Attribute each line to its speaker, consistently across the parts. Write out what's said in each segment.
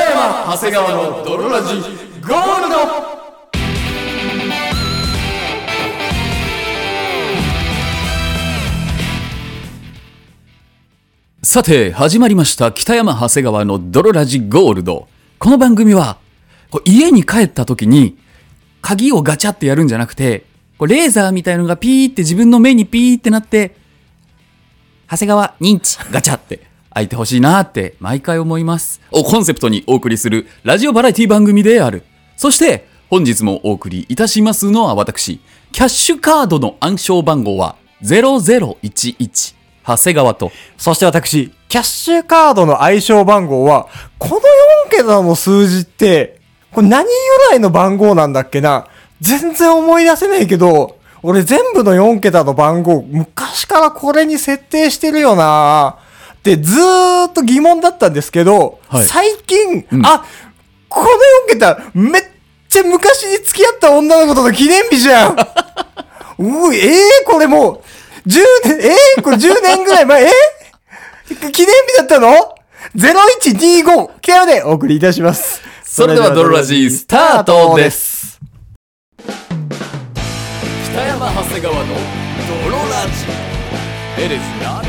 Speaker 1: 長谷川の泥ラジゴールドさて始まりました北山長谷川の泥ラジゴールドこの番組はこう家に帰った時に鍵をガチャってやるんじゃなくてこうレーザーみたいのがピーって自分の目にピーってなって長谷川認知ガチャって開いてほしいなって毎回思いますをコンセプトにお送りするラジオバラエティ番組であるそして本日もお送りいたしますのは私キャッシュカードの暗証番号は0011長谷川と
Speaker 2: そして私、キャッシュカードの愛称番号は、この4桁の数字って、これ何由来の番号なんだっけな全然思い出せないけど、俺全部の4桁の番号、昔からこれに設定してるよなってずーっと疑問だったんですけど、
Speaker 1: はい
Speaker 2: 最近、
Speaker 1: ん
Speaker 2: あ、この4桁、めっちゃ昔に付き合った女の子との記念日じゃんうい、ええこれもう、10年、ええこれ10年ぐらい前、ええ記念日だったの ?0125、北山でお送りいたします。。
Speaker 1: それではドロラジースタートです北山長谷川の泥ラジエレスナ
Speaker 2: は、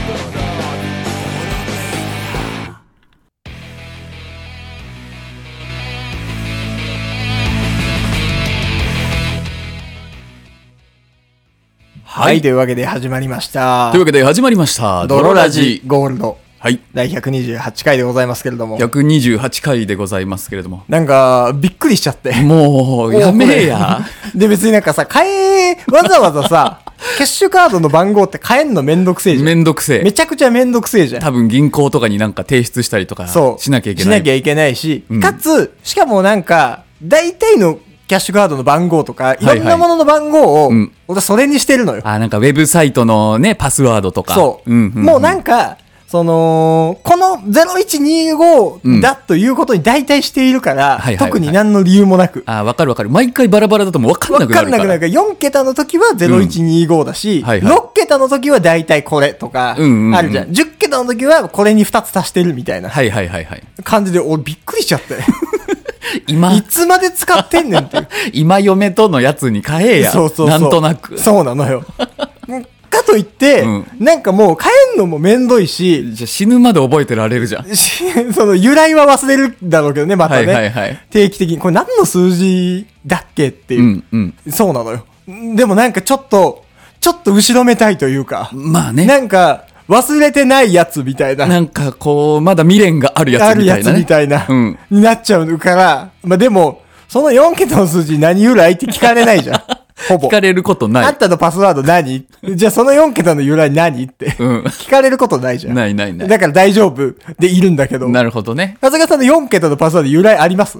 Speaker 1: はいい。
Speaker 2: と
Speaker 1: とい
Speaker 2: いうわけで始まりました。
Speaker 1: うわけで始まりました。
Speaker 2: ド
Speaker 1: 泥
Speaker 2: ロ
Speaker 1: ラ
Speaker 2: ラジ
Speaker 1: ジ。
Speaker 2: ゴールド、
Speaker 1: はい。
Speaker 2: 第128回でございますけれども。
Speaker 1: 128回でございますけれども。
Speaker 2: なんか、びっくりしちゃって。
Speaker 1: もう、 やめえや。
Speaker 2: で、別になんかさ、変え、わざわざ さ、キャッシュカードの番号って変えんのめんどくせえじゃん。
Speaker 1: めんどくせえ
Speaker 2: め。ちゃくちゃめんどくせえじゃん。
Speaker 1: 多分銀行とかになんか提出したりとか
Speaker 2: そう。
Speaker 1: しなきゃいけない。
Speaker 2: しなきゃいけないし、
Speaker 1: うん
Speaker 2: かつ、しかもなんか、大体のキャッシュカードの番号とか、い
Speaker 1: はい
Speaker 2: ろんなものの番号を
Speaker 1: うん、
Speaker 2: 俺はそれにしてるのよ。
Speaker 1: あ、なんかウェブサイトのね、パスワードとか。
Speaker 2: そう。
Speaker 1: んんん
Speaker 2: もうなんか、その、この
Speaker 1: うん
Speaker 2: 0125だということに大体しているから
Speaker 1: はいはいは、い
Speaker 2: 特に何の理由もなく。
Speaker 1: あ、わかるわかる。毎回バラバラだともうわかん
Speaker 2: わ
Speaker 1: なくな
Speaker 2: か
Speaker 1: る
Speaker 2: ん
Speaker 1: か
Speaker 2: な
Speaker 1: ら。
Speaker 2: くなるから、4桁の時は0125だし、
Speaker 1: はいはい
Speaker 2: 6桁の時は大体これとか、あ
Speaker 1: うんうんうん
Speaker 2: るじゃん。10桁の時はこれに2つ足してるみたいな
Speaker 1: はいはいはいはい。
Speaker 2: 感じで、俺びっくりしち ゃって。
Speaker 1: 今
Speaker 2: い、つまで使ってんねんっていう。
Speaker 1: 今嫁とのやつに変えや。
Speaker 2: そうそうそう
Speaker 1: なんとなく。
Speaker 2: そうな のよかといって、
Speaker 1: うん
Speaker 2: なんかもう帰んのもめんどいし
Speaker 1: じゃあ死ぬまで覚えてられるじゃん。
Speaker 2: しその由来は忘れるだろうけどねまた
Speaker 1: は
Speaker 2: ね、
Speaker 1: いはいはい。
Speaker 2: 定期的にこれ何の数字だっけっていうう、
Speaker 1: んうん。
Speaker 2: そうなのよでもなんかちょっとちょっと後ろめたいというか、
Speaker 1: まあね。
Speaker 2: なんか忘れてないやつみたいな
Speaker 1: なんかこう、まだ未練があるや
Speaker 2: あ
Speaker 1: つみ
Speaker 2: る
Speaker 1: た
Speaker 2: や
Speaker 1: い
Speaker 2: つ
Speaker 1: なね。
Speaker 2: みたいな、
Speaker 1: うん
Speaker 2: になっちゃうから、まあ、でもその4桁の数字何由来って聞かれない じゃんほぼ
Speaker 1: 聞かれることな
Speaker 2: あ
Speaker 1: い
Speaker 2: ん。たのパスワード何 じゃあその4桁の由来何って、
Speaker 1: うん
Speaker 2: 聞かれることないじゃん。
Speaker 1: ないないない。
Speaker 2: だから大丈夫でいるんだけど。
Speaker 1: なるほどね。
Speaker 2: 長谷川さんの4桁のパスワード由来あります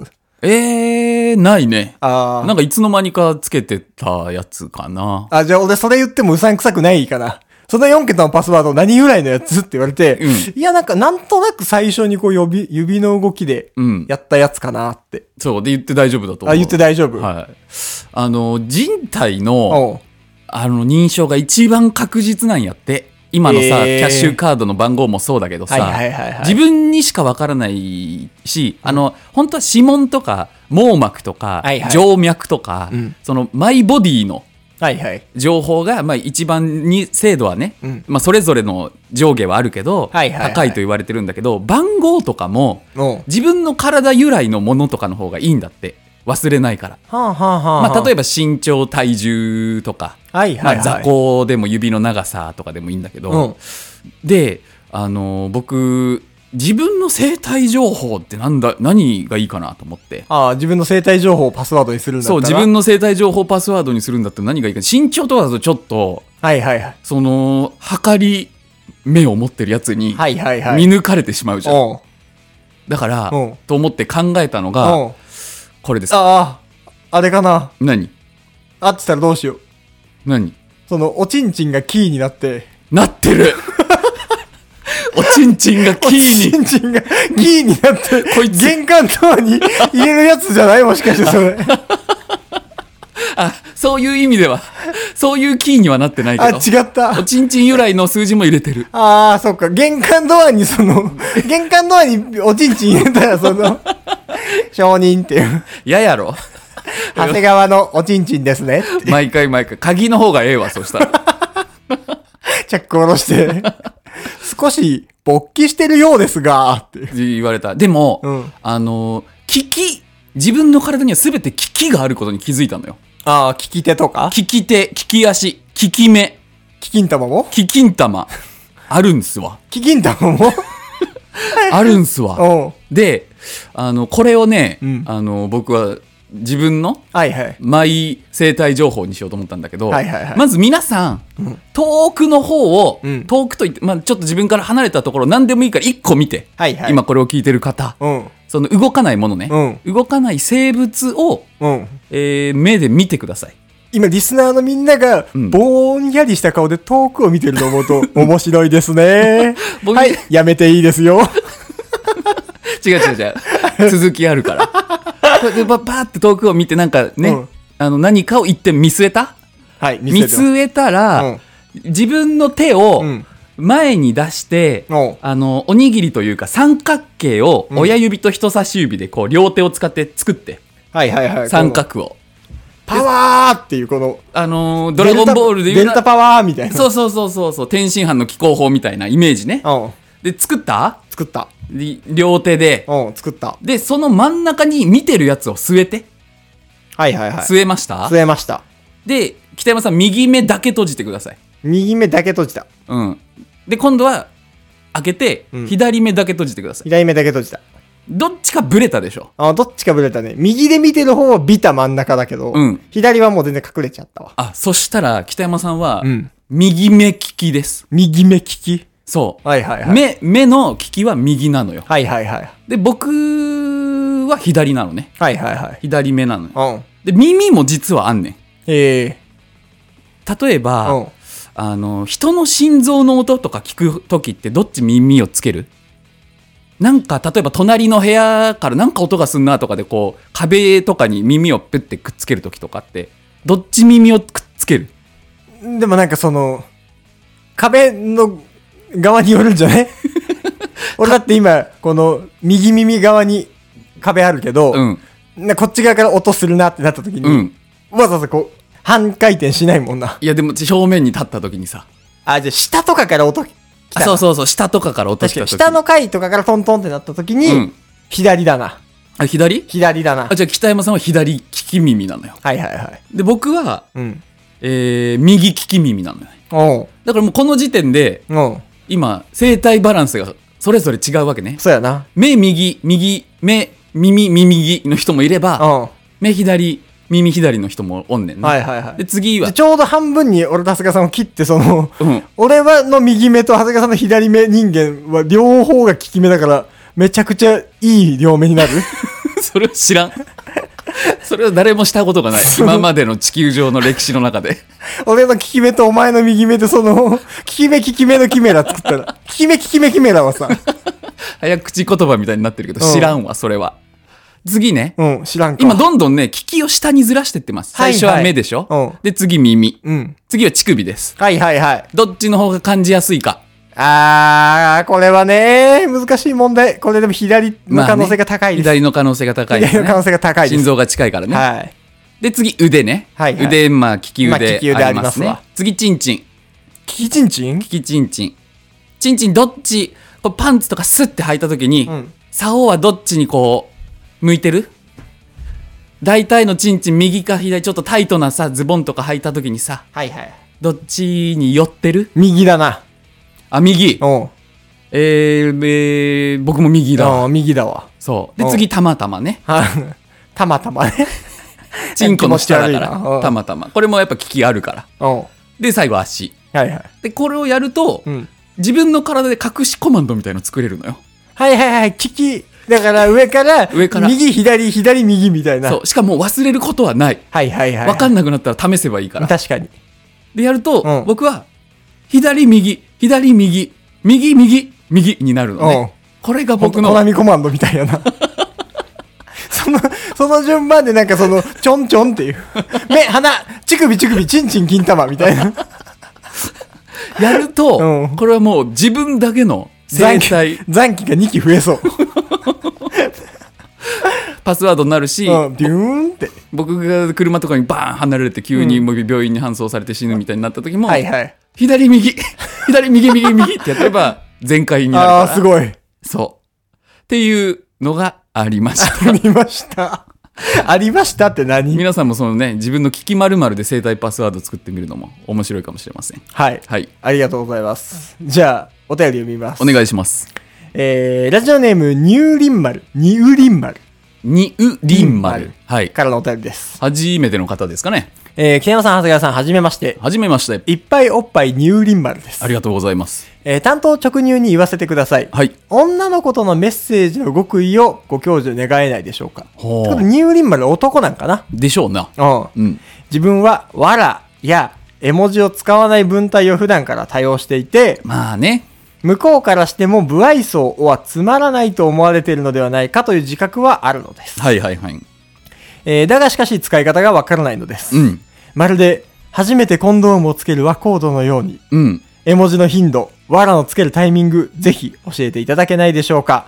Speaker 1: えー、ないね。
Speaker 2: あ
Speaker 1: なんかいつの間にかつけてたやつかな。
Speaker 2: あ。あ、じゃあ俺それ言ってもうさんくさくないかな。その4桁のパスワード何由来のやつって言われて、
Speaker 1: う
Speaker 2: いやなんかなんとなく最初にこう指、指の動きで
Speaker 1: うん
Speaker 2: やったやつかなって。
Speaker 1: そう。で、言って大丈夫だと思う。
Speaker 2: あ、言って大丈夫。
Speaker 1: はい。あの、人体の、
Speaker 2: おう
Speaker 1: あの、認証が一番確実なんやって。今のさ、
Speaker 2: えー
Speaker 1: キャッシュカードの番号もそうだけどさ、
Speaker 2: はいはいはいはい。
Speaker 1: 自分にしかわからないし、あの、本当は指紋とか、網膜とか、
Speaker 2: はいはい
Speaker 1: 静脈とか、
Speaker 2: うん
Speaker 1: その、マイボディの
Speaker 2: はいはい。
Speaker 1: 情報が、まあ一番に、精度はね、
Speaker 2: うん
Speaker 1: まあそれぞれの上下はあるけど、
Speaker 2: はいはいはい
Speaker 1: 高いと言われてるんだけど、番号とかも、
Speaker 2: おう
Speaker 1: 自分の体由来のものとかの方がいいんだって。忘れないから。
Speaker 2: はあはあはあ。
Speaker 1: まあ、例え
Speaker 2: え
Speaker 1: ば身長、体重とか、
Speaker 2: ば、はい
Speaker 1: ま
Speaker 2: はい、
Speaker 1: あ、
Speaker 2: は
Speaker 1: 座
Speaker 2: い。
Speaker 1: 高でも指の長さとかでもいいんだけ
Speaker 2: うん
Speaker 1: ど、。で、あのー僕、自分の生体情報ってなんだ、何がいいかなと思って。
Speaker 2: ああ、自分の生体情報をパスワードにするんだった
Speaker 1: そう、
Speaker 2: ら
Speaker 1: 自分の生体情報パスワードにするんだったら何がいいか。身長とかだとちょっと、
Speaker 2: はいはいはい。
Speaker 1: その、測り目を持ってるやつに、
Speaker 2: はいはいはい。
Speaker 1: 見抜かれてしまうじゃん。
Speaker 2: おう
Speaker 1: だから
Speaker 2: うん、
Speaker 1: と思って考えたのが、
Speaker 2: おう
Speaker 1: これです。
Speaker 2: ああ、あれかな。
Speaker 1: 何
Speaker 2: あってたらどうしよう。
Speaker 1: 何
Speaker 2: その、おちんちんがキーになって、
Speaker 1: なってる おちんちんがキーに
Speaker 2: おちんちんがキーになって、
Speaker 1: こいつ
Speaker 2: 玄関ドアに入れるやつじゃないもしかしてそれ。
Speaker 1: あ、そういう意味では、そういうキーにはなってない
Speaker 2: あ、
Speaker 1: けど。
Speaker 2: 違った
Speaker 1: お。ちんちん由来の数字も入れてる。
Speaker 2: ああ、そっか。玄関ドアにその、玄関ドアにおちんちん入れたらその、承認っていう。
Speaker 1: 嫌やろ
Speaker 2: 長谷川のおちんちんですね。
Speaker 1: 毎回毎回。鍵の方がええわ、そしたら。
Speaker 2: チャック下ろして。少し勃起してるようですが、っていう。
Speaker 1: 言われた。でも、
Speaker 2: うん
Speaker 1: あの、危機、自分の体には全て危機があることに気づいたのよ。
Speaker 2: ああ、聞き手とか
Speaker 1: 利き手、利き足、利き目、
Speaker 2: ききん玉も
Speaker 1: 利きん玉。あるんすわ。
Speaker 2: ききん 玉も
Speaker 1: あるんす わ。
Speaker 2: うん。
Speaker 1: で、あの、これをね、
Speaker 2: うん
Speaker 1: あの、僕は自分の
Speaker 2: はいはい。
Speaker 1: マイ生態情報にしようと思ったんだけど、
Speaker 2: はいはいはい
Speaker 1: まず皆さん、遠くの方を、
Speaker 2: うん
Speaker 1: 遠くと言って、まあ、ちょっと自分から離れたところ何でもいいから1個見て、
Speaker 2: はいはい。
Speaker 1: 今。これを聞いてる方、
Speaker 2: うん。
Speaker 1: その動かないものね、動かない生物を、
Speaker 2: うん。
Speaker 1: えー目で見てください。
Speaker 2: 今、リスナーのみんなが
Speaker 1: うん、
Speaker 2: ぼんやりした顔で遠くを見てると思う と、面白いですね。
Speaker 1: 僕
Speaker 2: はい、やめていいで すよ。
Speaker 1: 違う違う違 う。続きあるから。これでばばーって遠くを見て、なんかね、
Speaker 2: うん
Speaker 1: あの何かを一点見据えた
Speaker 2: はい、見
Speaker 1: 見
Speaker 2: せてます
Speaker 1: 据えたら、
Speaker 2: うん
Speaker 1: 自分の手を
Speaker 2: うん
Speaker 1: 前に出して、
Speaker 2: おう
Speaker 1: あのおにぎりというか三角形を
Speaker 2: ん
Speaker 1: 親指と人差し指でこう両手を使って作って、
Speaker 2: はいはいはい。
Speaker 1: 三角を。
Speaker 2: この。パワーっていうこの、
Speaker 1: あのードラゴンボールで
Speaker 2: デ
Speaker 1: 言う
Speaker 2: ルタ
Speaker 1: な
Speaker 2: パワーみたいな。
Speaker 1: そうそうそうそうそう天津飯の気候法みたいなイメージね
Speaker 2: うん。
Speaker 1: で作った
Speaker 2: 作った。
Speaker 1: り両手で
Speaker 2: うん、作った。
Speaker 1: でその真ん中に見てるやつを据えて
Speaker 2: はいはいはい。
Speaker 1: 据えました
Speaker 2: 据えました。
Speaker 1: で北山さん右目だけ閉じてください、
Speaker 2: 右目だけ閉じた。
Speaker 1: うん、で今度は開けて、
Speaker 2: うん
Speaker 1: 左目だけ閉じてください
Speaker 2: 左目だけ閉じた。
Speaker 1: どっちかブレたでしょ
Speaker 2: あどっちかぶれたね。右で見てる方はビタ真ん中だけど、
Speaker 1: うん
Speaker 2: 左はもう全然隠れちゃったわ。
Speaker 1: あそしたら北山さんは、
Speaker 2: うん
Speaker 1: 右目利きです
Speaker 2: 右目利き
Speaker 1: そう、
Speaker 2: はいはいはい。
Speaker 1: 目目の利きは右なのよ
Speaker 2: はいはいはい。
Speaker 1: で僕は左なのね
Speaker 2: はいはいはい。
Speaker 1: 左目なのよ
Speaker 2: うん。
Speaker 1: で耳も実はあんねん
Speaker 2: ええ
Speaker 1: 例えば、
Speaker 2: うん。
Speaker 1: あの人の心臓の音とか聞く時ってどっち耳をつけるなんか例えば隣の部屋からなんか音がすんなとかでこう壁とかに耳をプッてくっつける時とかってどっち耳をくっつける
Speaker 2: でもなんかその、壁の側によるんじゃ ない俺だって今、この右耳側に壁あるけど、
Speaker 1: うん
Speaker 2: なこっち側から音するなってなった時に、
Speaker 1: うん
Speaker 2: わざわざこう、半回転しないもんな。
Speaker 1: いやでも正面に立った時にさ
Speaker 2: あ、じゃあ下とかから音来
Speaker 1: あ
Speaker 2: た。
Speaker 1: そうそうそう下とかから落とし
Speaker 2: 確
Speaker 1: た
Speaker 2: かに
Speaker 1: 時
Speaker 2: 下の階とかからトントンってなった時に、
Speaker 1: うん
Speaker 2: 左だな。
Speaker 1: あ左
Speaker 2: 左だな。
Speaker 1: あじゃあ北山さんは左利き耳なのよ
Speaker 2: はいはいはい。
Speaker 1: で僕は、
Speaker 2: うん。
Speaker 1: えー右利き耳なのよね
Speaker 2: おう
Speaker 1: だからもうこの時点で
Speaker 2: おう
Speaker 1: 今生体バランスがそれぞれ違うわけね
Speaker 2: そうやな。
Speaker 1: 目右、右、目、耳、耳右の人もいれば、
Speaker 2: おう
Speaker 1: 目左、耳左の人もおんねんな。
Speaker 2: はいはいはい
Speaker 1: で、。次は
Speaker 2: で、ちょうど半分に俺と長谷川さんを切って、その、
Speaker 1: うん。
Speaker 2: 俺はの右目と長谷川さんの左目人間は両方が利き目だから、めちゃくちゃいい両目に なる。
Speaker 1: それを知らん。 それは誰もしたことがない。
Speaker 2: そう
Speaker 1: 今までの地球上の歴史の中で。
Speaker 2: 俺の利き目とお前の右目でその、利き目利き目のキメラ作ったら、利き目利き目キメラはさ、
Speaker 1: 早口言葉みたいになってるけど、
Speaker 2: うん
Speaker 1: 知らんわ、それは。次ね。
Speaker 2: うん、知らんか。
Speaker 1: 今、どんどんね、利きを下にずらしてってます。
Speaker 2: はい
Speaker 1: 最
Speaker 2: はい
Speaker 1: 初は目でしょ、
Speaker 2: うん
Speaker 1: で、次耳。
Speaker 2: うん。
Speaker 1: 次は乳首です。
Speaker 2: はいはいはい。
Speaker 1: どっちの方が感じやすいか。
Speaker 2: あー、これはね、難しい問題。これでも左
Speaker 1: ま
Speaker 2: の
Speaker 1: あね
Speaker 2: 可能性が高いです。
Speaker 1: 左の可能性が高いです、ね。
Speaker 2: 左の可能性が高いです
Speaker 1: 心臓が近いからね。
Speaker 2: はい。
Speaker 1: で、次、腕ね。
Speaker 2: はいはい
Speaker 1: 腕、まあ、利き
Speaker 2: まあ利き
Speaker 1: 腕
Speaker 2: 腕
Speaker 1: あ
Speaker 2: あ
Speaker 1: り
Speaker 2: り
Speaker 1: ま
Speaker 2: ますす
Speaker 1: ね。
Speaker 2: わ
Speaker 1: 次、チンチン。利
Speaker 2: 利きちんちん
Speaker 1: きチンチン。チンチン、どっち、こうパンツとかスッて履いた時に、
Speaker 2: ん
Speaker 1: 竿はどっちにこう、向いてる大体のチンチン、右か左、ちょっとタイトなさ、ズボンとか履いた時にさ、
Speaker 2: はいはい。
Speaker 1: どっちに寄ってる
Speaker 2: 右だな。
Speaker 1: あ、右。
Speaker 2: おう
Speaker 1: えー、えー僕も右だわ。
Speaker 2: うん。右だわ。
Speaker 1: そう。で、
Speaker 2: うん
Speaker 1: 次、たまたま ね。
Speaker 2: はいたまたまね。
Speaker 1: チンコの下だか
Speaker 2: 気持ち悪いなう
Speaker 1: ら。
Speaker 2: ん
Speaker 1: たまたま。これもやっぱ利きあるから。
Speaker 2: おう
Speaker 1: で、最後、足。
Speaker 2: はいはい。
Speaker 1: で、これをやると、
Speaker 2: うん。
Speaker 1: 自分の体で隠しコマンドみたいの作れるのよ。
Speaker 2: はいはいはい、利き。だから上から、
Speaker 1: 上から
Speaker 2: 右、左、左、右みたいな。
Speaker 1: そう。しかも忘れることはない。
Speaker 2: はいはいはい。
Speaker 1: わかんなくなったら試せばいいから。
Speaker 2: 確かに。
Speaker 1: で、やると、
Speaker 2: うん
Speaker 1: 僕は、左右、左右、右右、右になるのね。これが僕
Speaker 2: 僕の。コナ
Speaker 1: の、
Speaker 2: ミコマンドみたいやな。その、その順番でなんかその、ちょんちょんっていう。目、鼻、乳首、乳首、ちんちん、金玉みたいな。
Speaker 1: やると、
Speaker 2: うん
Speaker 1: これはもう自分だけの生
Speaker 2: 残
Speaker 1: 態
Speaker 2: 機、残機が2機増えそう。
Speaker 1: パスワードになるし、
Speaker 2: うん、ビューンって。
Speaker 1: 僕が車とかにバーン離れて急にもう病院に搬送されて死ぬみたいになった時も、
Speaker 2: はいはい。
Speaker 1: 左右 左右右右ってやってれ ば全開になる
Speaker 2: ああ
Speaker 1: か
Speaker 2: ー、
Speaker 1: ら
Speaker 2: すごい。
Speaker 1: そうっていうのがありました
Speaker 2: ありました。ありましたって何
Speaker 1: 皆さんもそのね自分の聞き〇〇で生体パスワード作ってみるのも面白いかもしれません
Speaker 2: はい。
Speaker 1: はい
Speaker 2: ありがとうございます。じゃあ、お便り読みます。
Speaker 1: お願いします
Speaker 2: えー、ラジオネーム、ニューリンマル、ニューリンマル
Speaker 1: にうりんまるはい
Speaker 2: からのお便りです。
Speaker 1: 初めての方ですかね
Speaker 2: えー、北山さん、長谷川さん、はじめまして。
Speaker 1: 初めまして
Speaker 2: いっぱいおっぱいニューリンマルです
Speaker 1: あ。りがとうございます
Speaker 2: えー、担当直入に言わせてください。
Speaker 1: はい
Speaker 2: 女の子とのメッセージの極意をご教授願えないでしょうか。
Speaker 1: ほう
Speaker 2: ちょっとニューリンマル男なんかな
Speaker 1: でしょうな
Speaker 2: うん。
Speaker 1: うん
Speaker 2: 自分は、わらや絵文字を使わない文体を普段から多用していて、
Speaker 1: まあね
Speaker 2: 向こうからしても不愛想はつまらないと思われているのではないかという自覚はあるのです。
Speaker 1: はいはいはい
Speaker 2: えーだがしかし使い方がわからないのです。
Speaker 1: うん
Speaker 2: まるで、初めてコンドームをつける和コードのように、
Speaker 1: うん
Speaker 2: 絵文字の頻度、わらのつけるタイミング、ぜひ教えていただけないでしょうか。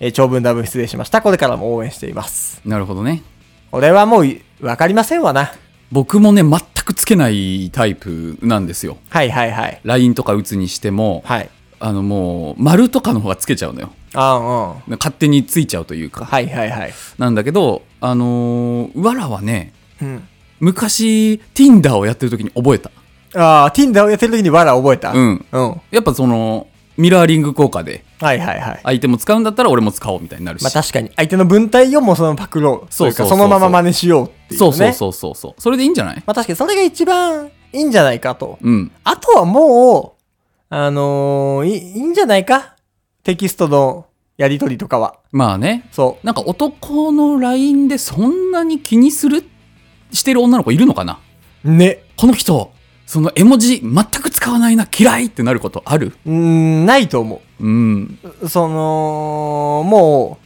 Speaker 2: えー長文ダブ失礼しました。これからも応援しています。
Speaker 1: なるほどね
Speaker 2: これはもうい、わかりませんわな。
Speaker 1: 僕もね全くつけないタイプなんですよ
Speaker 2: はいはいはい。
Speaker 1: LINE とか打つにしても、
Speaker 2: はい。
Speaker 1: あのもう丸とかの方がつけちゃうのよ
Speaker 2: あんうん。
Speaker 1: 勝手についちゃうというか
Speaker 2: はいはいはい。
Speaker 1: なんだけどあのーわらはね
Speaker 2: うん。
Speaker 1: 昔 Tinder をやってる時に覚えた
Speaker 2: ああ、Tinder をやってる時にわら覚えた。
Speaker 1: うん
Speaker 2: うん。は
Speaker 1: やっぱそのミラーリング効果で
Speaker 2: いはいはい。
Speaker 1: 相手も使うんだったら俺も使おうみたいになるし、
Speaker 2: まあ確かに、相手の文体をもうそのパクろう。
Speaker 1: そうそうそうそう
Speaker 2: といかそのまま真似しようっていうね。
Speaker 1: そうそうそうそうそうそれでいいんじゃない
Speaker 2: まあ確かにそれが一番いいんじゃないかと。
Speaker 1: うん
Speaker 2: あとはもう、あのーいいいんじゃないかテキストのやりとりとかは。
Speaker 1: まあね
Speaker 2: そう。
Speaker 1: なんか男の LINE でそんなに気にするしてる女の子いるのかな
Speaker 2: ね。
Speaker 1: この人その絵文字全く使わないな嫌いってなることある
Speaker 2: うーん、ないと思
Speaker 1: うん
Speaker 2: う。その、も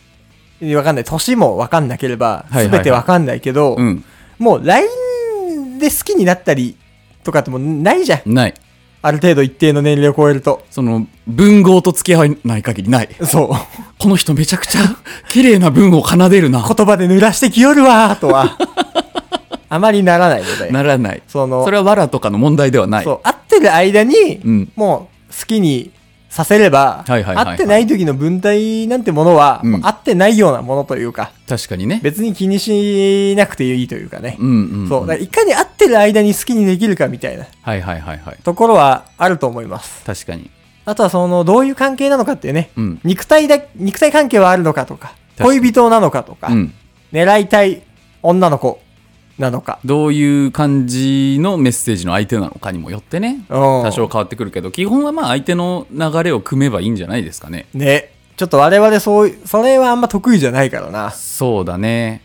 Speaker 2: う、わかんない。年もわかんなければ、
Speaker 1: いはい
Speaker 2: す
Speaker 1: はい
Speaker 2: べてわかんないけど、
Speaker 1: うん
Speaker 2: もう LINE で好きになったりとかってもうないじゃん。
Speaker 1: ない
Speaker 2: ある程度一定の年齢を超えると。
Speaker 1: その文豪と付き合わない限りない
Speaker 2: そう。
Speaker 1: この人めちゃく ちゃ綺麗な文を奏でるな
Speaker 2: 言葉で濡らしてきよるわーとは、あまりならないので。
Speaker 1: ならない
Speaker 2: その、
Speaker 1: それはわらとかの問題ではない
Speaker 2: そう、会ってる間に、
Speaker 1: うん
Speaker 2: もう好きにさせれば、
Speaker 1: はいはいはいはい
Speaker 2: 会ってない時の文体なんてものは、
Speaker 1: うん
Speaker 2: もう会ってないようなものというか、
Speaker 1: 確かにね
Speaker 2: 別に気にしなくていいというかね。
Speaker 1: うんうん、うん、
Speaker 2: そう、だからいかに会ってる間に好きにできるかみたいな
Speaker 1: はいはいはいはい
Speaker 2: ところはあると思います。
Speaker 1: 確かに
Speaker 2: あとはその、どういう関係なのかっていうね、
Speaker 1: うん
Speaker 2: 肉体だ、肉体関係はあるのかとか、
Speaker 1: 確かに
Speaker 2: 恋人なのかとか、
Speaker 1: うん
Speaker 2: 狙いたい女の子なのか。
Speaker 1: どういう感じのメッセージの相手なのかにもよってね
Speaker 2: 多
Speaker 1: 多少変わってくるけど基本はまあ相手の流れを組めばいいんじゃないですかね
Speaker 2: ね。ちょっと我々そうい、それはあんま得意じゃないからな。
Speaker 1: そうだね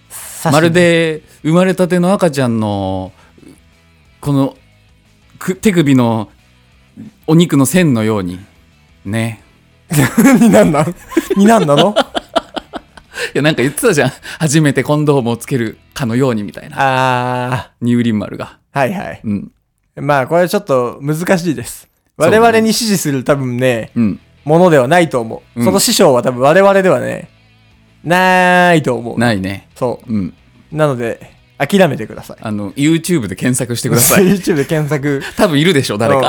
Speaker 1: まるで生まれたての赤ちゃんのこのく手首のお肉の線のようにね
Speaker 2: になんなんになん なの
Speaker 1: いやなんか言ってたじゃん初めてコンドームをつけるかのようにみたいな
Speaker 2: あ
Speaker 1: ニューリンマルが
Speaker 2: ー、はいはい。
Speaker 1: うん
Speaker 2: まあ、これはちょっと難しいです。
Speaker 1: そう
Speaker 2: 我
Speaker 1: ね
Speaker 2: 々に指示する多分ね、
Speaker 1: うん
Speaker 2: ものではないと思う。
Speaker 1: うん
Speaker 2: その師匠は多分我々ではね、ないと思う。
Speaker 1: ないね
Speaker 2: そ
Speaker 1: うん
Speaker 2: う。なので、諦めてください。
Speaker 1: あの YouTube で検索してくだ さい
Speaker 2: YouTube で検 索。
Speaker 1: 多分いるでしょ誰か、
Speaker 2: 多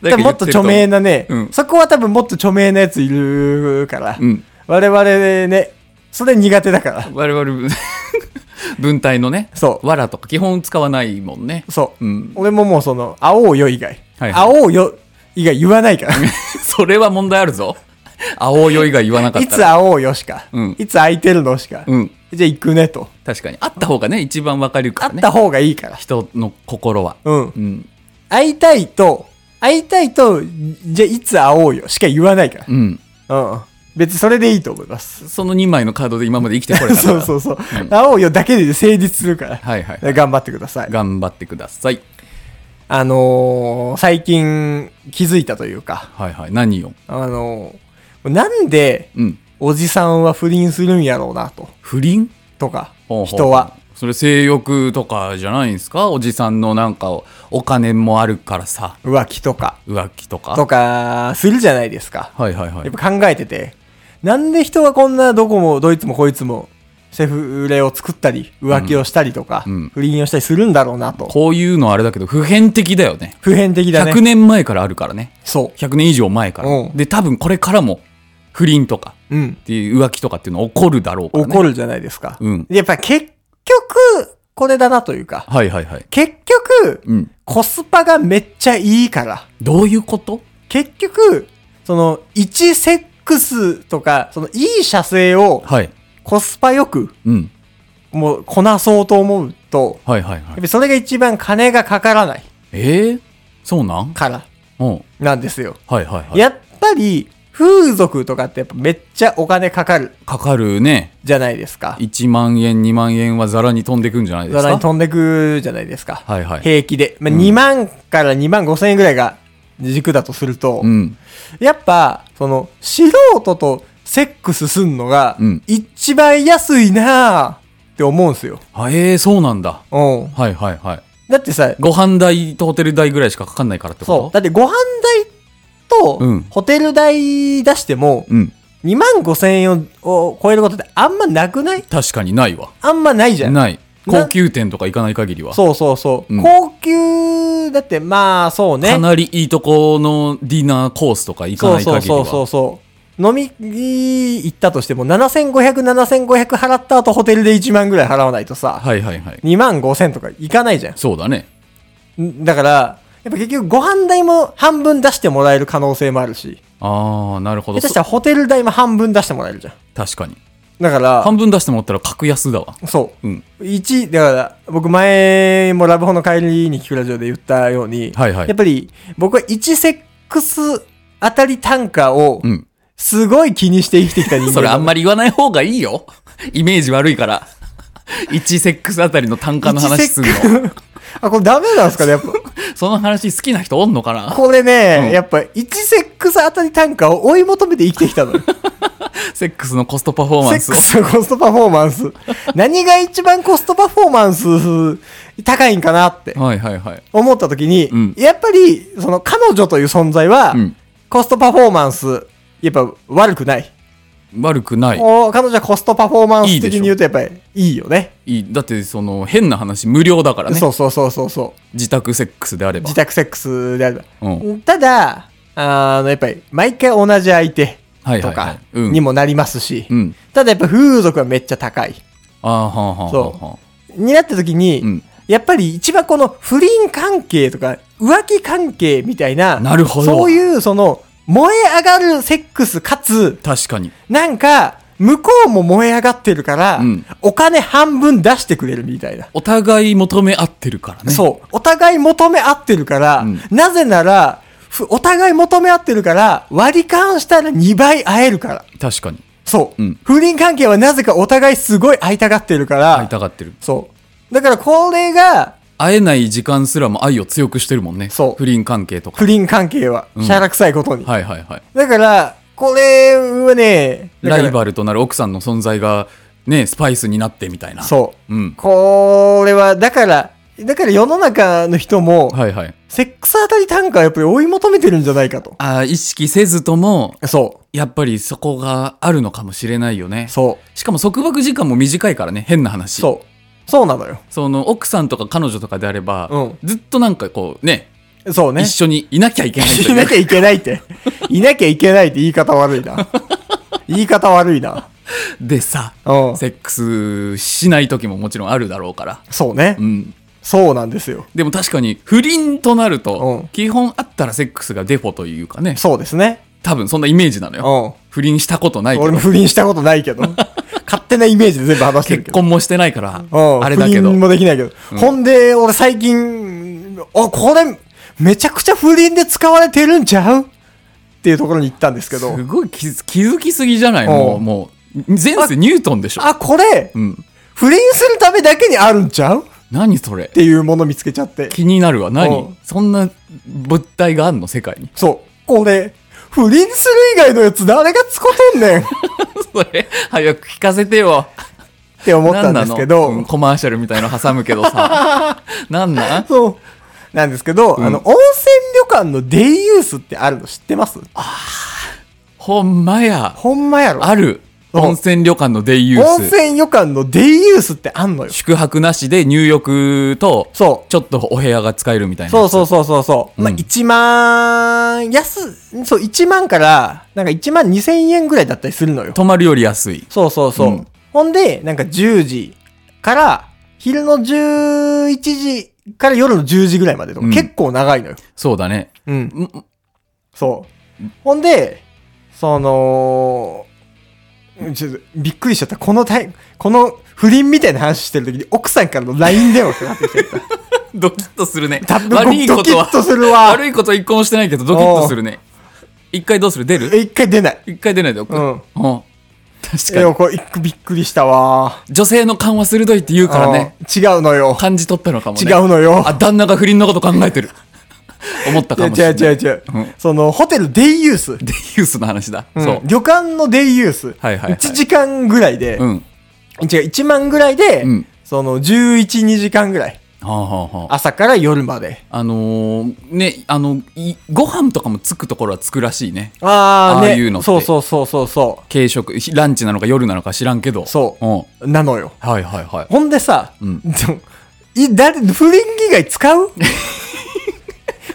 Speaker 1: 誰か
Speaker 2: 分もっと著名
Speaker 1: な
Speaker 2: なね、
Speaker 1: うん
Speaker 2: そこは多分もっと著名なやついるから、
Speaker 1: うん
Speaker 2: 我々ね、それ苦手だから。
Speaker 1: 我 々文体のね
Speaker 2: そ
Speaker 1: わらとか基本使わないもんね
Speaker 2: う。そう。
Speaker 1: うん
Speaker 2: 俺ももうその、会おうよ以外。
Speaker 1: はいはい
Speaker 2: 会おうよ以外言わないから。
Speaker 1: それは問題あるぞ。青よ以外言わなかっ
Speaker 2: い
Speaker 1: た
Speaker 2: つ
Speaker 1: ら。
Speaker 2: 会おうよしか。
Speaker 1: うん
Speaker 2: いつ空いてるのしか。
Speaker 1: うん。
Speaker 2: じゃあ行くねと。
Speaker 1: 確かに。あった方がね、一番わかるから
Speaker 2: 会っ
Speaker 1: ね。
Speaker 2: た方がいいから。
Speaker 1: 人の心は。
Speaker 2: うん。
Speaker 1: うん。
Speaker 2: 会いたいと、会いたいと、じゃあいつ会おうよしか言わないか
Speaker 1: うん。
Speaker 2: ら。うん。別にそれでいいと思います。
Speaker 1: その2枚のカードで今まで生きてこれたから。
Speaker 2: そうそうそう。
Speaker 1: うん
Speaker 2: 会おうよだけで成立するから。
Speaker 1: はいはい。
Speaker 2: 頑張ってください。
Speaker 1: 頑張ってください。
Speaker 2: あのー最近気づいたというか、
Speaker 1: はいはい。何を
Speaker 2: あのーなんで
Speaker 1: うん。
Speaker 2: おじさんは不倫するんやろうなと、
Speaker 1: 不倫
Speaker 2: とか、
Speaker 1: ほうほう
Speaker 2: 人は。。
Speaker 1: それ性欲とかじゃないんですかおじさんのなんかお金もあるからさ。
Speaker 2: 浮気とか、
Speaker 1: 浮気とか。
Speaker 2: とか、するじゃないですか。
Speaker 1: はいはいは
Speaker 2: や
Speaker 1: い
Speaker 2: っ。ぱ考えてて、なんで人はこんなどこもどいつもこいつもセフレを作ったり、浮気をしたりとか、
Speaker 1: うん
Speaker 2: 不倫をしたりするんだろうなと。
Speaker 1: こういうのはあれだけど、普遍的だよね。
Speaker 2: 普遍的だ
Speaker 1: 100
Speaker 2: ね。
Speaker 1: 年前からあるからね。
Speaker 2: そ
Speaker 1: 100年以上前から。
Speaker 2: うん
Speaker 1: で、多分これからも、不倫とか、
Speaker 2: う。うん。
Speaker 1: っていう浮気とかっていうのは起こるだろうから、ね。
Speaker 2: 怒るじゃないですか。
Speaker 1: うん
Speaker 2: やっぱ結局、これだなというか、
Speaker 1: はいはいはい。
Speaker 2: 結局、
Speaker 1: うん。
Speaker 2: コスパがめっちゃいいから、
Speaker 1: どういうこと
Speaker 2: 結局、その、1セックスとか、その、いい射精を
Speaker 1: はい。
Speaker 2: コスパよく、
Speaker 1: うん。
Speaker 2: もう、こなそうと思うと、
Speaker 1: はいはい
Speaker 2: や
Speaker 1: は
Speaker 2: っ
Speaker 1: い
Speaker 2: ぱ。りそれが一番金がかからない
Speaker 1: ええそうなん
Speaker 2: から、
Speaker 1: うん。はい
Speaker 2: なんですよ。
Speaker 1: はいはい。
Speaker 2: やっぱり、風俗とかってやっぱめっちゃお金かかる
Speaker 1: かかるね。
Speaker 2: じゃないですか。
Speaker 1: 1万円、2万円はザラに飛んでくんじゃないです
Speaker 2: ざ
Speaker 1: か。
Speaker 2: らに飛んでくじゃないですか。
Speaker 1: はいはい。
Speaker 2: 平気で。まあ、
Speaker 1: うん
Speaker 2: 2万から2万5千円ぐらいが軸だとすると、
Speaker 1: うん。
Speaker 2: やっぱ、その、素人とセックスすんのが
Speaker 1: うん、
Speaker 2: 一番安いなぁって思うんすよ。
Speaker 1: あええそうなんだ。
Speaker 2: うん。
Speaker 1: はいはいはい。
Speaker 2: だってさ、
Speaker 1: ご飯代とホテル代ぐらいしかかかんないからってこと
Speaker 2: そう。だってご飯
Speaker 1: う
Speaker 2: 代
Speaker 1: ん
Speaker 2: と、ホテル代出しても、
Speaker 1: うん。
Speaker 2: 2万5千円を超えることってあんまなくない
Speaker 1: 確かにないわ。
Speaker 2: あんまないじゃん。
Speaker 1: ない。
Speaker 2: な
Speaker 1: 高級店とか行かない限りは。
Speaker 2: そうそうそう。
Speaker 1: うん
Speaker 2: 高級、だってまあそうね。
Speaker 1: かなりいいとこのディナーコースとか行か
Speaker 2: そ
Speaker 1: な
Speaker 2: う
Speaker 1: い
Speaker 2: そう
Speaker 1: 限り
Speaker 2: そうそ
Speaker 1: は。
Speaker 2: うそう。飲み行ったとしても7500、7500払った後ホテルで1万ぐらい払わないとさ、
Speaker 1: はいはいはい。
Speaker 2: 2万5000とかいかないじゃ
Speaker 1: そうだね。
Speaker 2: ん。んだから、やっぱ結局ご飯代も半分出してもらえる可能性もあるし、
Speaker 1: ああ、なるほど。
Speaker 2: 下手したらホテル代も半分出してもらえるじゃん。
Speaker 1: 確かに。
Speaker 2: だから、
Speaker 1: 半分出してもらったら格安だわ。
Speaker 2: そ
Speaker 1: うん。
Speaker 2: う。1、だから、僕前もラブホの帰りに聞くラジオで言ったように、
Speaker 1: はいはい
Speaker 2: やっぱり僕は1セックスあたり単価を
Speaker 1: うん。
Speaker 2: すごい気にして生きてきた人間
Speaker 1: それあん
Speaker 2: ま
Speaker 1: まり言わない方がいいよ。 イメージ悪いから。1セックスあたりの単価の話すんの。
Speaker 2: あ、これダメなんですかねやっ
Speaker 1: その話好きな人おんのか
Speaker 2: ぱ。
Speaker 1: な
Speaker 2: これね、
Speaker 1: うん
Speaker 2: やっぱ1セックスあたり単価を追い求めて生きてきたのよ。
Speaker 1: セックスのコストパフォーマ
Speaker 2: セ
Speaker 1: ン
Speaker 2: ッ
Speaker 1: ス
Speaker 2: ク
Speaker 1: を。
Speaker 2: スのコストパフォーマンス。何が一番コストパフォーマンス高いんかなって
Speaker 1: はいはいはい。
Speaker 2: 思った時に、
Speaker 1: うん
Speaker 2: やっぱりその彼女という存在は、
Speaker 1: うん
Speaker 2: コストパフォーマンス、やっぱ悪くない。
Speaker 1: 悪くない。
Speaker 2: お彼女はコストパフォーマン
Speaker 1: いい
Speaker 2: ス
Speaker 1: で
Speaker 2: 的
Speaker 1: しょ
Speaker 2: に言うとやっぱりいいよね。
Speaker 1: いいだってその変な話無料だからね
Speaker 2: そうそうそうそうそう。
Speaker 1: 自宅セックスであれば
Speaker 2: 自宅セックスであれば。
Speaker 1: う
Speaker 2: ただ、あの、やっぱり、毎回同じ相手
Speaker 1: はい
Speaker 2: と
Speaker 1: はいは
Speaker 2: か
Speaker 1: いうん
Speaker 2: にもなりますし、
Speaker 1: うん
Speaker 2: ただやっぱ風俗はめっちゃ高い。
Speaker 1: ああはあはあはあはあ
Speaker 2: になった時に、
Speaker 1: うん
Speaker 2: やっぱり一番この不倫関係とか浮気関係みたいな、
Speaker 1: なるほど
Speaker 2: そういうその、燃え上がるセックスかつ、
Speaker 1: 確かに
Speaker 2: なんか、向こうも燃え上がってるから、
Speaker 1: うん
Speaker 2: お金半分出してくれるみたいな。
Speaker 1: お互い求め合ってるからねう
Speaker 2: そう。お互い求め合ってるから、
Speaker 1: うん
Speaker 2: なぜなら、ふお互い求め合ってるから、割り勘したら2倍会えるから。
Speaker 1: 確かに
Speaker 2: そう。
Speaker 1: うん
Speaker 2: 不倫関係はなぜかお互いすごい会いたがってるから。
Speaker 1: 会いたがってる
Speaker 2: そう。だからこれが、
Speaker 1: 会えない時間すらも愛を強くしてるもんね
Speaker 2: そう
Speaker 1: 不倫関係とか
Speaker 2: 不倫関係は、
Speaker 1: ん
Speaker 2: しゃらくさいことに。
Speaker 1: はいはいはい
Speaker 2: だから、これはね、だから
Speaker 1: ライバルとなる奥さんの存在がねスパイスになってみたいなう
Speaker 2: そう。
Speaker 1: うん
Speaker 2: これは、だから、だから世の中の人も、
Speaker 1: はいはい
Speaker 2: セックスあたり単価はやっぱり追い求めてるんじゃないかと。
Speaker 1: ああ意識せずとも
Speaker 2: そ
Speaker 1: やっぱりそこがあるのかもしれないよね
Speaker 2: う。そう。
Speaker 1: しかも束縛時間も短いからね変な話
Speaker 2: そう。そうなのよ。
Speaker 1: その奥さんとか彼女とかであれば、
Speaker 2: うん
Speaker 1: ずっとなんかこうね
Speaker 2: そうね
Speaker 1: 一。緒にいなきゃいけないと
Speaker 2: い
Speaker 1: い
Speaker 2: な
Speaker 1: う
Speaker 2: きゃいけないって。いなきゃいけないって言い方悪い な。言い方悪いな。
Speaker 1: でさ
Speaker 2: うん。
Speaker 1: セックスしない時ももちろんあるだろうから、
Speaker 2: そうね
Speaker 1: う。ん、
Speaker 2: そうなんですよ。
Speaker 1: でも確かに不倫となると、
Speaker 2: うん
Speaker 1: 基本あったらセックスがデフォというかね
Speaker 2: そうですね。
Speaker 1: 多分そんなイメージなの
Speaker 2: うん
Speaker 1: よ。不倫したことないけ
Speaker 2: 俺
Speaker 1: ど
Speaker 2: も不倫したことな いけど。勝手なイメージで全部話してるけ
Speaker 1: 結
Speaker 2: ど。
Speaker 1: 婚もしてないから、
Speaker 2: うん。
Speaker 1: あれだけ
Speaker 2: 不
Speaker 1: ど
Speaker 2: 倫もできないけど。ほんで、俺最近、あ、これ、めちゃくちゃ不倫で使われてるんちゃうっていうところに行ったんですけど
Speaker 1: す。ごい気づ気づきすぎじゃない
Speaker 2: うん
Speaker 1: もうもう前世ニュートンでしょ、
Speaker 2: あ、これ、
Speaker 1: うん、
Speaker 2: 不倫するためだけにあるんちゃうっ
Speaker 1: 何それ
Speaker 2: ていうもの見つけちゃって。
Speaker 1: 気になるわ
Speaker 2: う
Speaker 1: 何
Speaker 2: ん
Speaker 1: そんな物体があんの世界に
Speaker 2: そう。これ、不倫する以外のやつ誰が使ってんねんっ
Speaker 1: それ早く聞かせてよ
Speaker 2: て思ったんですけど、
Speaker 1: 何なのうんコマーシャルみたいの挟むけど さなんなん
Speaker 2: そう。なんですけど、
Speaker 1: ん
Speaker 2: あの、温泉旅館のデイユースってあるの知ってます
Speaker 1: ほんまや
Speaker 2: ほんまやろ
Speaker 1: ある
Speaker 2: うん
Speaker 1: 温泉旅館のデイユ
Speaker 2: 温
Speaker 1: ース。
Speaker 2: 泉旅館のデイユースってあんのよ。
Speaker 1: 宿泊なしで入浴と、
Speaker 2: そう。
Speaker 1: ちょっとお部屋が使えるみたいな。。
Speaker 2: そうそううそうそうそう。まあ、
Speaker 1: うん
Speaker 2: 1万、安、そう、1万から、なんか1万2千円ぐらいだったりするのよ。
Speaker 1: 泊まるより安い。
Speaker 2: そうそうそう。
Speaker 1: うん
Speaker 2: ほんで、なんか10時から、昼の11時から夜の10時ぐらいまでとか、
Speaker 1: うん
Speaker 2: 結構長いのよ。
Speaker 1: そうだね。
Speaker 2: うん。
Speaker 1: ん
Speaker 2: そう。ほんで、その、ちょっとびっくりしちゃった。このタイこの不倫みたいな話してる時に奥さんからの LINE 電話かかってきてた。
Speaker 1: ドキッとするね。
Speaker 2: 多 分
Speaker 1: 悪い
Speaker 2: ド
Speaker 1: こ
Speaker 2: キ
Speaker 1: と
Speaker 2: ッ
Speaker 1: は、
Speaker 2: とするわ。
Speaker 1: 悪いことは一個もしてないけど、ドキッとするね。一回どうする出る
Speaker 2: 一回出ない。
Speaker 1: 一回出ないでおく。
Speaker 2: う
Speaker 1: うん
Speaker 2: ん。
Speaker 1: 確
Speaker 2: で
Speaker 1: かに。
Speaker 2: もこれ一個びっくりしたわ。
Speaker 1: 女性の勘は鋭いって言うからね。
Speaker 2: うん。違うのよ。
Speaker 1: 感じ取ったのかもね。
Speaker 2: 違うのよ。
Speaker 1: あ、旦那が不倫のこと考えて る。思った
Speaker 2: い
Speaker 1: か
Speaker 2: や
Speaker 1: もしれ
Speaker 2: 違う
Speaker 1: ない。
Speaker 2: 違う違う。
Speaker 1: うん
Speaker 2: その、ホテルデイユース。
Speaker 1: デイユースの話だ。
Speaker 2: うん
Speaker 1: そう。
Speaker 2: 旅館のデイユース。
Speaker 1: はいはいはい
Speaker 2: 1時間ぐらいで、
Speaker 1: うん。
Speaker 2: 違う、1万ぐらいで、
Speaker 1: うん
Speaker 2: その、11、2時間ぐらい。
Speaker 1: はあ、はあはあ、
Speaker 2: 朝から夜まで。
Speaker 1: あのーね、あの、いご飯とかもつくところはつくらしいね。
Speaker 2: あーね。
Speaker 1: ああいうのって
Speaker 2: そうそうそうそうそ
Speaker 1: 軽食、ひランチなのか夜なのか知らんけど。。
Speaker 2: う。そう
Speaker 1: ん。
Speaker 2: う。なのよ。
Speaker 1: はいはいはい。
Speaker 2: ほんでさ、
Speaker 1: うん
Speaker 2: でもい誰、不倫以外 使う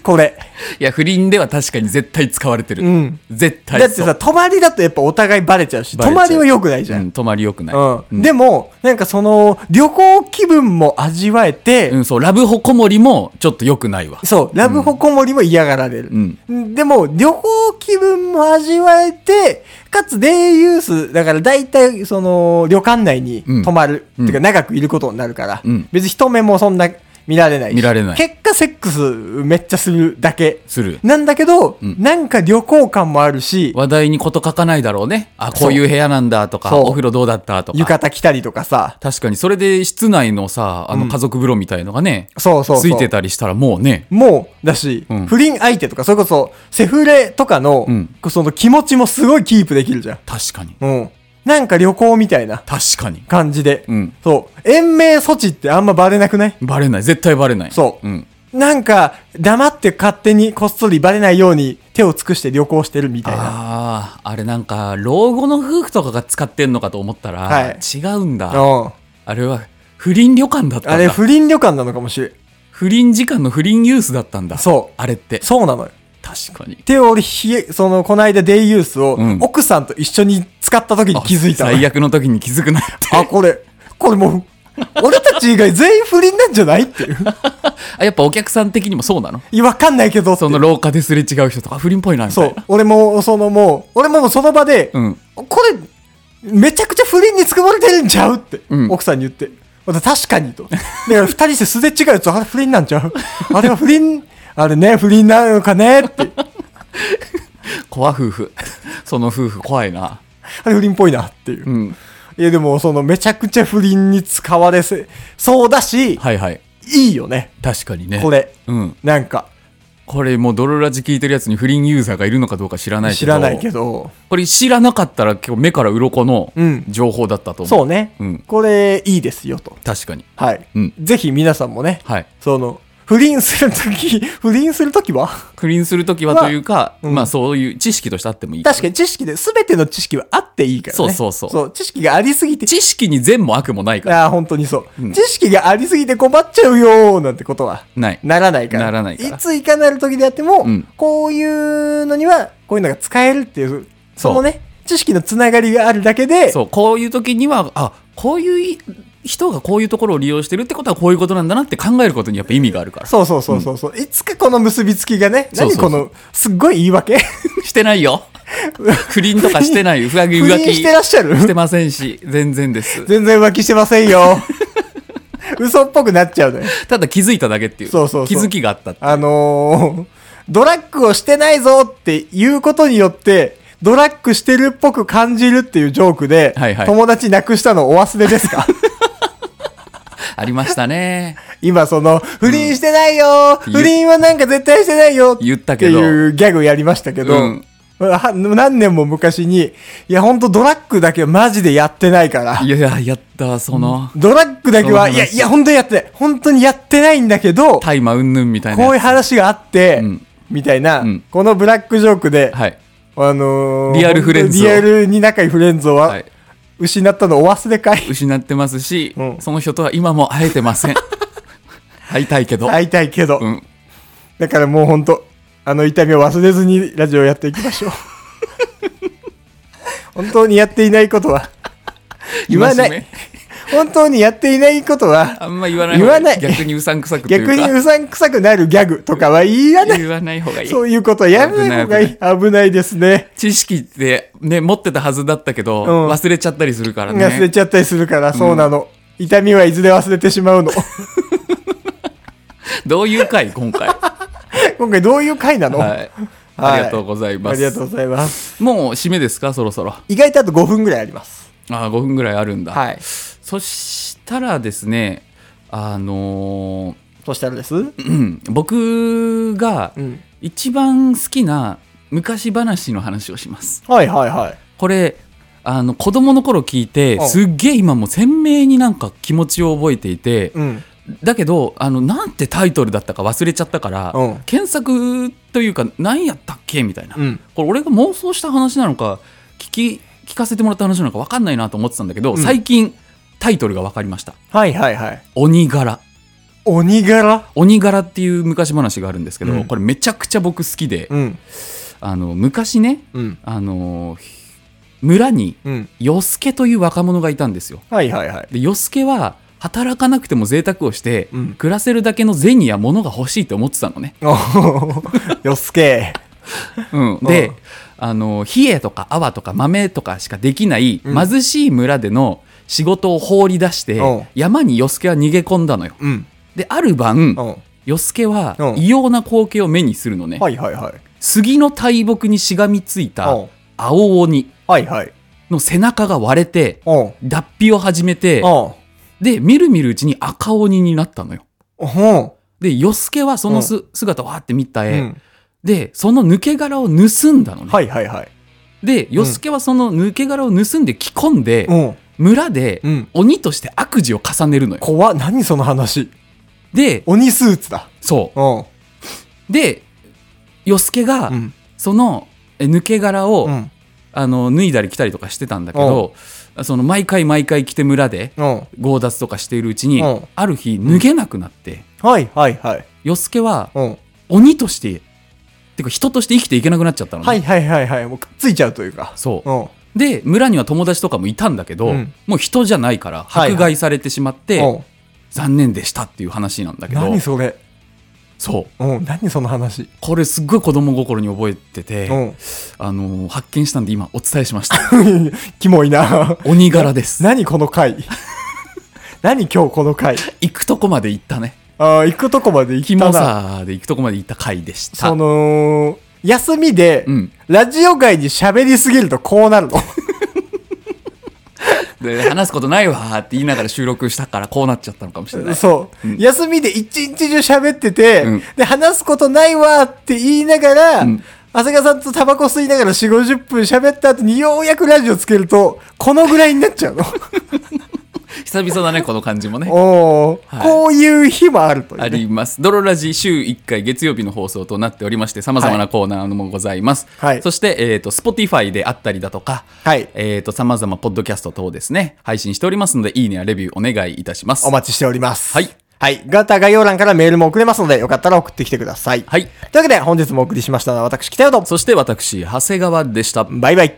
Speaker 2: これ。
Speaker 1: いや、不倫では確かに絶対使われてる。
Speaker 2: うん
Speaker 1: 絶対
Speaker 2: だって
Speaker 1: そう
Speaker 2: さ、泊まりだとやっぱお互いバレちゃうし、
Speaker 1: バレ
Speaker 2: 泊
Speaker 1: ちゃう
Speaker 2: まりは良くないじゃ。
Speaker 1: うんん、泊まりよくない。
Speaker 2: う。
Speaker 1: うんん
Speaker 2: でも、なんかその、旅行気分も味わえて、
Speaker 1: うん、そう、ラブホコモリもちょっと良くないわ。
Speaker 2: そう、ラブホコモリも嫌がられる。
Speaker 1: うん
Speaker 2: でも、旅行気分も味わえて、かつデイユース、だから大体、その、旅館内に
Speaker 1: うん
Speaker 2: 泊まる、
Speaker 1: うん
Speaker 2: てか長くいることになるから、
Speaker 1: うん
Speaker 2: 別に人目もそんな見られないし
Speaker 1: 見られない
Speaker 2: 結果、セックスめっちゃするだけ。
Speaker 1: する。
Speaker 2: なんだけど、
Speaker 1: うん
Speaker 2: なんか旅行感もあるし、
Speaker 1: 話題にこと書かないだろうね。あ、こういう部屋なんだとか、
Speaker 2: そう
Speaker 1: お風呂どうだったとか。
Speaker 2: 浴衣着たりとかさ、
Speaker 1: 確かに、それで室内のさ、あ
Speaker 2: う
Speaker 1: の
Speaker 2: ん
Speaker 1: 家族風呂みたいのがね、
Speaker 2: そうそうそう。
Speaker 1: ついてたりしたらもうね、
Speaker 2: もう、だし、
Speaker 1: うん
Speaker 2: 不倫相手とか、それこそ、セフレとかの、
Speaker 1: うん
Speaker 2: その気持ちもすごいキープできるじゃん。
Speaker 1: 確かに。
Speaker 2: うん。なんか旅行みたいな
Speaker 1: 確かに。
Speaker 2: 感じで。
Speaker 1: うん
Speaker 2: そう。延命措置ってあんまバレなくない
Speaker 1: バレない。絶対バレない。
Speaker 2: そう
Speaker 1: うん。
Speaker 2: なんか、黙って勝手にこっそりバレないように手を尽くして旅行してるみたいな。
Speaker 1: ああ、あれなんか、老後の夫婦とかが使ってんのかと思ったら、
Speaker 2: はい
Speaker 1: 違うんだ。
Speaker 2: うん。
Speaker 1: あれは不倫旅館だった
Speaker 2: あ
Speaker 1: ん
Speaker 2: れ、
Speaker 1: だ。
Speaker 2: 不倫旅館なのかもしれん。
Speaker 1: 不倫時間の不倫ユースだったんだ。
Speaker 2: そう
Speaker 1: あれって。
Speaker 2: そうなのよ。
Speaker 1: 確かに。
Speaker 2: で、俺、ひえ、その、こないだデイユースを
Speaker 1: うん、
Speaker 2: 奥さんと一緒に使った時に気づいたわ。
Speaker 1: 最悪の時に気づくなって。
Speaker 2: あ、これ、これもう、俺たち以外全員不倫なんじゃない っていう。
Speaker 1: あ、やっぱお客さん的にもそうなの
Speaker 2: いやわかんないけどって
Speaker 1: その廊下ですれ違う人とか、あ不倫っぽいな、みた
Speaker 2: そ
Speaker 1: いうな。。
Speaker 2: 俺も、そのもう、俺もその場で、
Speaker 1: うん。
Speaker 2: これ、めちゃくちゃ不倫につくまれてるんちゃうって、
Speaker 1: うん
Speaker 2: 奥さんに言って。また確かにと。だから二人して素で違うやつ、あれ不倫なんちゃ うあれは不倫、あれね、不倫なのかねって。
Speaker 1: 怖夫婦。その夫婦怖いな。
Speaker 2: あれ不倫っぽいなっていう。
Speaker 1: うん。
Speaker 2: いやでも、そのめちゃくちゃ不倫に使われせ、そうだし、
Speaker 1: はいはい。
Speaker 2: いいよね、
Speaker 1: 確かにね。
Speaker 2: こ。れ。
Speaker 1: うん。
Speaker 2: なんか、
Speaker 1: これもうドロラジ聞いてるやつに不倫ユーザーがいるのかどうか知らないけど。
Speaker 2: 知らないけど。
Speaker 1: これ知らなかったら結構目から鱗の
Speaker 2: うん
Speaker 1: 情報だったと思う。
Speaker 2: そうね、
Speaker 1: うん
Speaker 2: これ、いいですよと。
Speaker 1: 確かに。
Speaker 2: はい。
Speaker 1: うん
Speaker 2: ぜひ皆さんもね、
Speaker 1: はい。
Speaker 2: その、不倫すると き、不倫するときは
Speaker 1: 不倫するときはというか、
Speaker 2: まあうん
Speaker 1: まあそういう知識としてあってもいい。
Speaker 2: 確かに知識で、すべての知識はあっていいからね。
Speaker 1: そうそうそう
Speaker 2: 知識がありすぎて、
Speaker 1: 知識に善も悪もないから。
Speaker 2: ああ、本当にそう、
Speaker 1: うん
Speaker 2: 知識がありすぎて困っちゃうよーなんてことは、
Speaker 1: ない。
Speaker 2: ならないから。
Speaker 1: ならないから
Speaker 2: いついかなる時であっても、
Speaker 1: うん
Speaker 2: こういうのには、こういうのが使えるっていう、
Speaker 1: そう
Speaker 2: そのね、知識のつながりがあるだけで、
Speaker 1: そう、こういう時には、あ、こういうい人がこういうところを利用してるってことはこういうことなんだなって考えることにやっぱ意味があるから。
Speaker 2: そうそうそうそうそう、いつかこの結びつきがね、
Speaker 1: そうそうそう
Speaker 2: 何この、すっごい言 い訳
Speaker 1: してない よ。不倫とかしてない。不
Speaker 2: 不
Speaker 1: 倫浮
Speaker 2: 倫
Speaker 1: 気
Speaker 2: してらっしゃる
Speaker 1: してませんし、全然です。
Speaker 2: 全然浮気してませ んよ。嘘っぽくなっちゃうのよ。
Speaker 1: ただ気づいただけっていう。
Speaker 2: そうそうそう
Speaker 1: 気づきがあったって。
Speaker 2: あのー、ドラッグをしてないぞって言うことによって、ドラッグしてるっぽく感じるっていうジョークで、
Speaker 1: はいはい
Speaker 2: 友達なくしたのお忘れです か
Speaker 1: ありました ね。
Speaker 2: 今その、不倫してないよ、
Speaker 1: うん
Speaker 2: 不倫はなんか絶対してないよ
Speaker 1: 言ったけど
Speaker 2: っていうギャグやりましたけど、
Speaker 1: うん
Speaker 2: は何年も昔に、いやほんとドラッグだけはマジでやってないから。
Speaker 1: いやいや、やったわその、
Speaker 2: ドラッグだけは、
Speaker 1: その話
Speaker 2: いや、いや、本当にやってない。本当にやってないんだけど、こ
Speaker 1: 大麻うんぬんみたいなやつ。
Speaker 2: ういう話があって、
Speaker 1: うん
Speaker 2: みたいな、
Speaker 1: うん
Speaker 2: このブラックジョークで、
Speaker 1: はい。
Speaker 2: あのー
Speaker 1: リアルフレンズを
Speaker 2: 本当にリアルに仲いいフレンズをは、
Speaker 1: はい
Speaker 2: 失ったのお忘れかい
Speaker 1: 失ってますし、
Speaker 2: うん
Speaker 1: その人とは今も会えてま せん会いたいけど、
Speaker 2: 会いたいけど、
Speaker 1: うん、
Speaker 2: だからもうほんとあの痛みを忘れずにラジオやっていき ましょう本当にやっていないこ とは言わな
Speaker 1: 戒め
Speaker 2: い本当にやっていないことは
Speaker 1: あんま言わない
Speaker 2: 言わない
Speaker 1: 逆にうさんくさくという
Speaker 2: 逆
Speaker 1: か
Speaker 2: にうさんくさくなるギャグとかは言わない
Speaker 1: 言わない方がいい
Speaker 2: そういうことはやめない方がいい危ないですね
Speaker 1: 知識ってね持ってたはずだったけど、
Speaker 2: うん
Speaker 1: 忘れちゃったりするからね
Speaker 2: 忘れちゃったりするからそうなの、痛みはいずれ忘れてしまう の
Speaker 1: どういう回今 回は
Speaker 2: 今回どういう回なの、
Speaker 1: いありがとうござい
Speaker 2: あ
Speaker 1: ま
Speaker 2: り
Speaker 1: す、
Speaker 2: がとうございます
Speaker 1: もう締めですかそろそろあ
Speaker 2: 意外とあと5分ぐらいあります
Speaker 1: ー5分ぐらいあるんだ、
Speaker 2: はい
Speaker 1: そしたらですねあのー
Speaker 2: そしたらですうん
Speaker 1: うん僕が一番好きな昔話の話をします
Speaker 2: はいはいはい
Speaker 1: これあの子供の頃聞いて
Speaker 2: うん
Speaker 1: すっげえ今もう鮮明になんか気持ちを覚えていて
Speaker 2: うん
Speaker 1: だけどあのなんてタイトルだったか忘れちゃったから、
Speaker 2: うん
Speaker 1: 検索というか何やったっけみたいな、
Speaker 2: うん
Speaker 1: これ俺が妄想した話なのか聞き聞かせてもらった話なのか分かんないなと思ってたんだけど、
Speaker 2: ん
Speaker 1: 最近タイトルが分かりました
Speaker 2: はいはいはい
Speaker 1: 「鬼柄」
Speaker 2: 鬼柄
Speaker 1: 「鬼柄」っていう昔話があるんですけど、
Speaker 2: うん
Speaker 1: これめちゃくちゃ僕好きで、
Speaker 2: うん
Speaker 1: あの昔ね
Speaker 2: うん
Speaker 1: あの村に
Speaker 2: うん
Speaker 1: 与助という若者がいたんですよ。
Speaker 2: はいはいはい
Speaker 1: で与助は働かなくても贅沢をして、
Speaker 2: うん
Speaker 1: 暮らせるだけの銭や物が欲しいと思ってたの ね。
Speaker 2: おー よすけ
Speaker 1: うん、で、あの冷えとか泡とか豆とかしかできない
Speaker 2: うん
Speaker 1: 貧しい村での仕事を放り出して、
Speaker 2: うん
Speaker 1: 山に与助は逃げ込んだのよ。
Speaker 2: うん
Speaker 1: である晩
Speaker 2: うん
Speaker 1: 与助は
Speaker 2: うん
Speaker 1: 異様な光景を目にするのね、
Speaker 2: はいはいはい
Speaker 1: 杉の大木にしがみついた
Speaker 2: うん
Speaker 1: 青鬼
Speaker 2: はいはい
Speaker 1: の背中が割れて
Speaker 2: うんうん
Speaker 1: 脱皮を始めてでみるみるうちに赤鬼になったのよ。
Speaker 2: うん
Speaker 1: で与助はそのす、姿をわーって見た
Speaker 2: う
Speaker 1: 絵、
Speaker 2: ん
Speaker 1: でその抜け殻を盗んだのね。
Speaker 2: はいはいはい
Speaker 1: で与助はその抜け殻を盗んで着込んで、
Speaker 2: うん
Speaker 1: 村で
Speaker 2: うん
Speaker 1: 鬼として悪事を重ねるのよ。
Speaker 2: 怖っ何その話
Speaker 1: で
Speaker 2: 鬼スーツだ
Speaker 1: そ
Speaker 2: うん
Speaker 1: うで与助が、
Speaker 2: うん
Speaker 1: そのえ抜け殻を、
Speaker 2: うん
Speaker 1: あの脱いだり着たりとかしてたんだけど、その毎回毎回着て村で
Speaker 2: うん
Speaker 1: 強奪とかしているうちに、
Speaker 2: うん
Speaker 1: ある日脱げなくなって
Speaker 2: はいはいはい
Speaker 1: 与助は
Speaker 2: うん
Speaker 1: 鬼としててか人として生きていけなくなっちゃったのね、
Speaker 2: はいはいはいはいもうくっついちゃうというか
Speaker 1: そう
Speaker 2: うん
Speaker 1: で村には友達とかもいたんだけど、
Speaker 2: うん
Speaker 1: もう人じゃないから
Speaker 2: はいはい
Speaker 1: 迫害されてしまって、
Speaker 2: うん
Speaker 1: 残念でしたっていう話なんだけど
Speaker 2: 何それ
Speaker 1: そう
Speaker 2: うん何その話
Speaker 1: これすっごい子供心に覚えてて、
Speaker 2: うん
Speaker 1: あのー発見したんで今お伝えしました
Speaker 2: キモ いな
Speaker 1: 鬼柄です
Speaker 2: 何この回 何今日この回
Speaker 1: 行くとこまで行ったね
Speaker 2: あー行くとこまで行
Speaker 1: キ
Speaker 2: きた
Speaker 1: モ
Speaker 2: な
Speaker 1: さで行くとこまで行った回でした
Speaker 2: その休みで、
Speaker 1: うん
Speaker 2: ラジオ外に喋りすぎるとこうなるの
Speaker 1: で話すことないわーって言いながら収録したからこうなっちゃったのかもしれ ない
Speaker 2: そう、
Speaker 1: うん
Speaker 2: 休みで一日中喋ってて、
Speaker 1: うん
Speaker 2: で話すことないわって言いながら、
Speaker 1: うん
Speaker 2: 長谷川さんとタバコ吸いながら4 5 0分喋った後にようやくラジオつけるとこのぐらいになっちゃ うの
Speaker 1: 久々だねこの感じもね
Speaker 2: おー
Speaker 1: はい
Speaker 2: こういう日もあるという、ね、
Speaker 1: あります。ドロラジ週1回月曜日の放送となっておりまして、様々なコーナーもございます。
Speaker 2: はい
Speaker 1: そして、えっ、と、Spotify であったりだとか、
Speaker 2: はい
Speaker 1: えっ、と、様々ポッドキャスト等ですね、配信しておりますので、いいねやレビューお願いいたします。
Speaker 2: お待ちしております。
Speaker 1: はい。
Speaker 2: はい。ガタ概要欄からメールも送れますので、よかったら送ってきてください。
Speaker 1: はい。
Speaker 2: というわけで、本日もお送りしましたのは私、北野と、
Speaker 1: そして私、長谷川でした。
Speaker 2: バイバイ。